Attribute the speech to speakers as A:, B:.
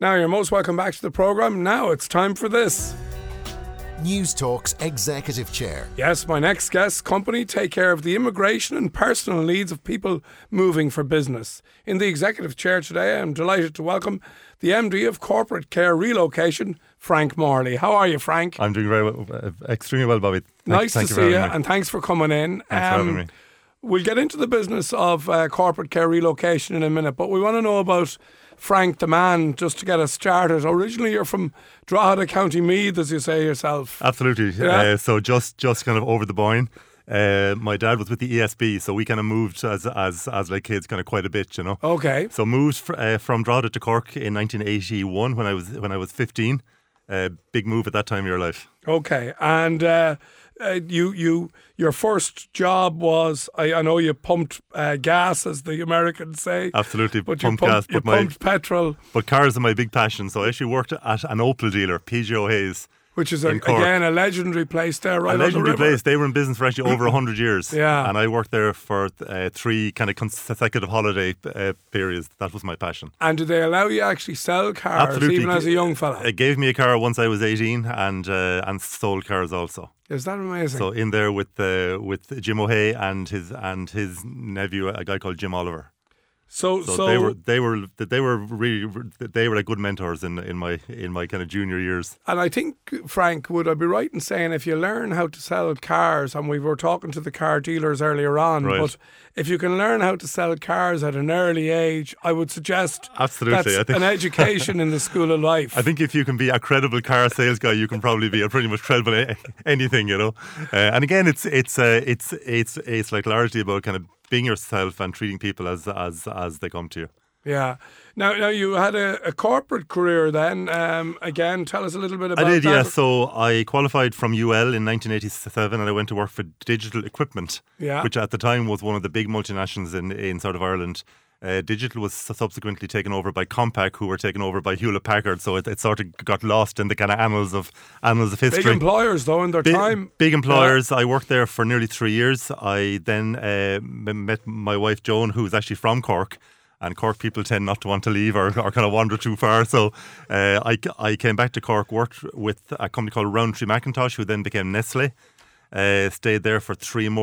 A: Now, you're most welcome back to the program. Now it's time for this.
B: News Talk's Executive Chair.
A: Yes, my next guest company take care of the immigration and personal needs of people moving for business. In the executive chair today, I am delighted to welcome the MD of Corporate Care Relocation, Frank Morley. How are you, Frank?
C: I'm doing very well, uh, extremely well, Bobby. Thank-
A: nice
C: thank
A: to
C: for
A: see you,
C: having me.
A: and um, thanks for coming in.
C: Thanks for having me.
A: We'll get into the business of uh, corporate care relocation in a minute, but we want to know about Frank the man just to get us started. Originally, you're from Drogheda, County Meath, as you say yourself.
C: Absolutely.
A: Yeah.
C: Uh, so just just kind of over the boyne. Uh, my dad was with the ESB, so we kind of moved as as as like kids, kind of quite a bit, you know.
A: Okay.
C: So moved fr- uh, from Drogheda to Cork in 1981 when I was when I was 15. Uh, big move at that time of your life.
A: Okay, and uh, uh, you you your first job was I, I know you pumped uh, gas as the Americans say,
C: Absolutely,
A: but
C: pump
A: you
C: gas,
A: pumped, you
C: but my
A: pumped petrol,
C: but cars are my big passion. So I actually worked at an Opel dealer, PGO Hayes.
A: which is a,
C: In Cork.
A: again a legendary place there, right
C: a legendary
A: on the river.
C: place. They were in business for actually over 100 years.
A: Yeah.
C: And I worked there for uh, three kind of consecutive holiday uh, periods. That was my passion.
A: And do they allow you to actually sell cars
C: Absolutely.
A: even as a young fella?
C: It gave me a car once I was 18 and uh, and sold cars also.
A: Is that amazing?
C: So in there with uh, with Jim O'Hay and his and his nephew, a guy called Jim Oliver.
A: so
C: So, they were they were they were really they were like good mentors in in my in my kind of junior years.
A: And I think, Frank, would I be right in saying if you learn how to sell cars, and we were talking to the car dealers earlier on,
C: Right.
A: but if you can learn how to sell cars at an early age, I would suggest
C: Absolutely,
A: that's
C: I think-
A: an education in the school of life.
C: I think if you can be a credible car sales guy, you can probably be a pretty much credible a- anything, you know. Uh, and again, it's it's uh, it's it's it's like largely about kind of being yourself and treating people as as as they come to you.
A: yeah. Now, now you had a, a corporate career then. Um, again, tell us a little bit about
C: I did,
A: that.
C: yeah. So I qualified from UL in 1987, and I went to work for Digital Equipment,
A: Yeah.
C: which at the time was one of the big multinationals in in sort of Ireland. Uh, Digital was su- subsequently taken over by Compaq, who were taken over by Hewlett Packard. So it, it sort of got lost in the kind of annals of annals of
A: Big
C: history.
A: employers, though, in their
C: Big,
A: time.
C: big employers. I worked there for nearly three years. I then uh, m- met my wife Joan, who was actually from Cork, and Cork people tend not to want to leave or, or kind of wander too far. So uh, I, c- I came back to Cork, worked with a company called Roundtree Macintosh, who then became Nestle. Uh, stayed there for three more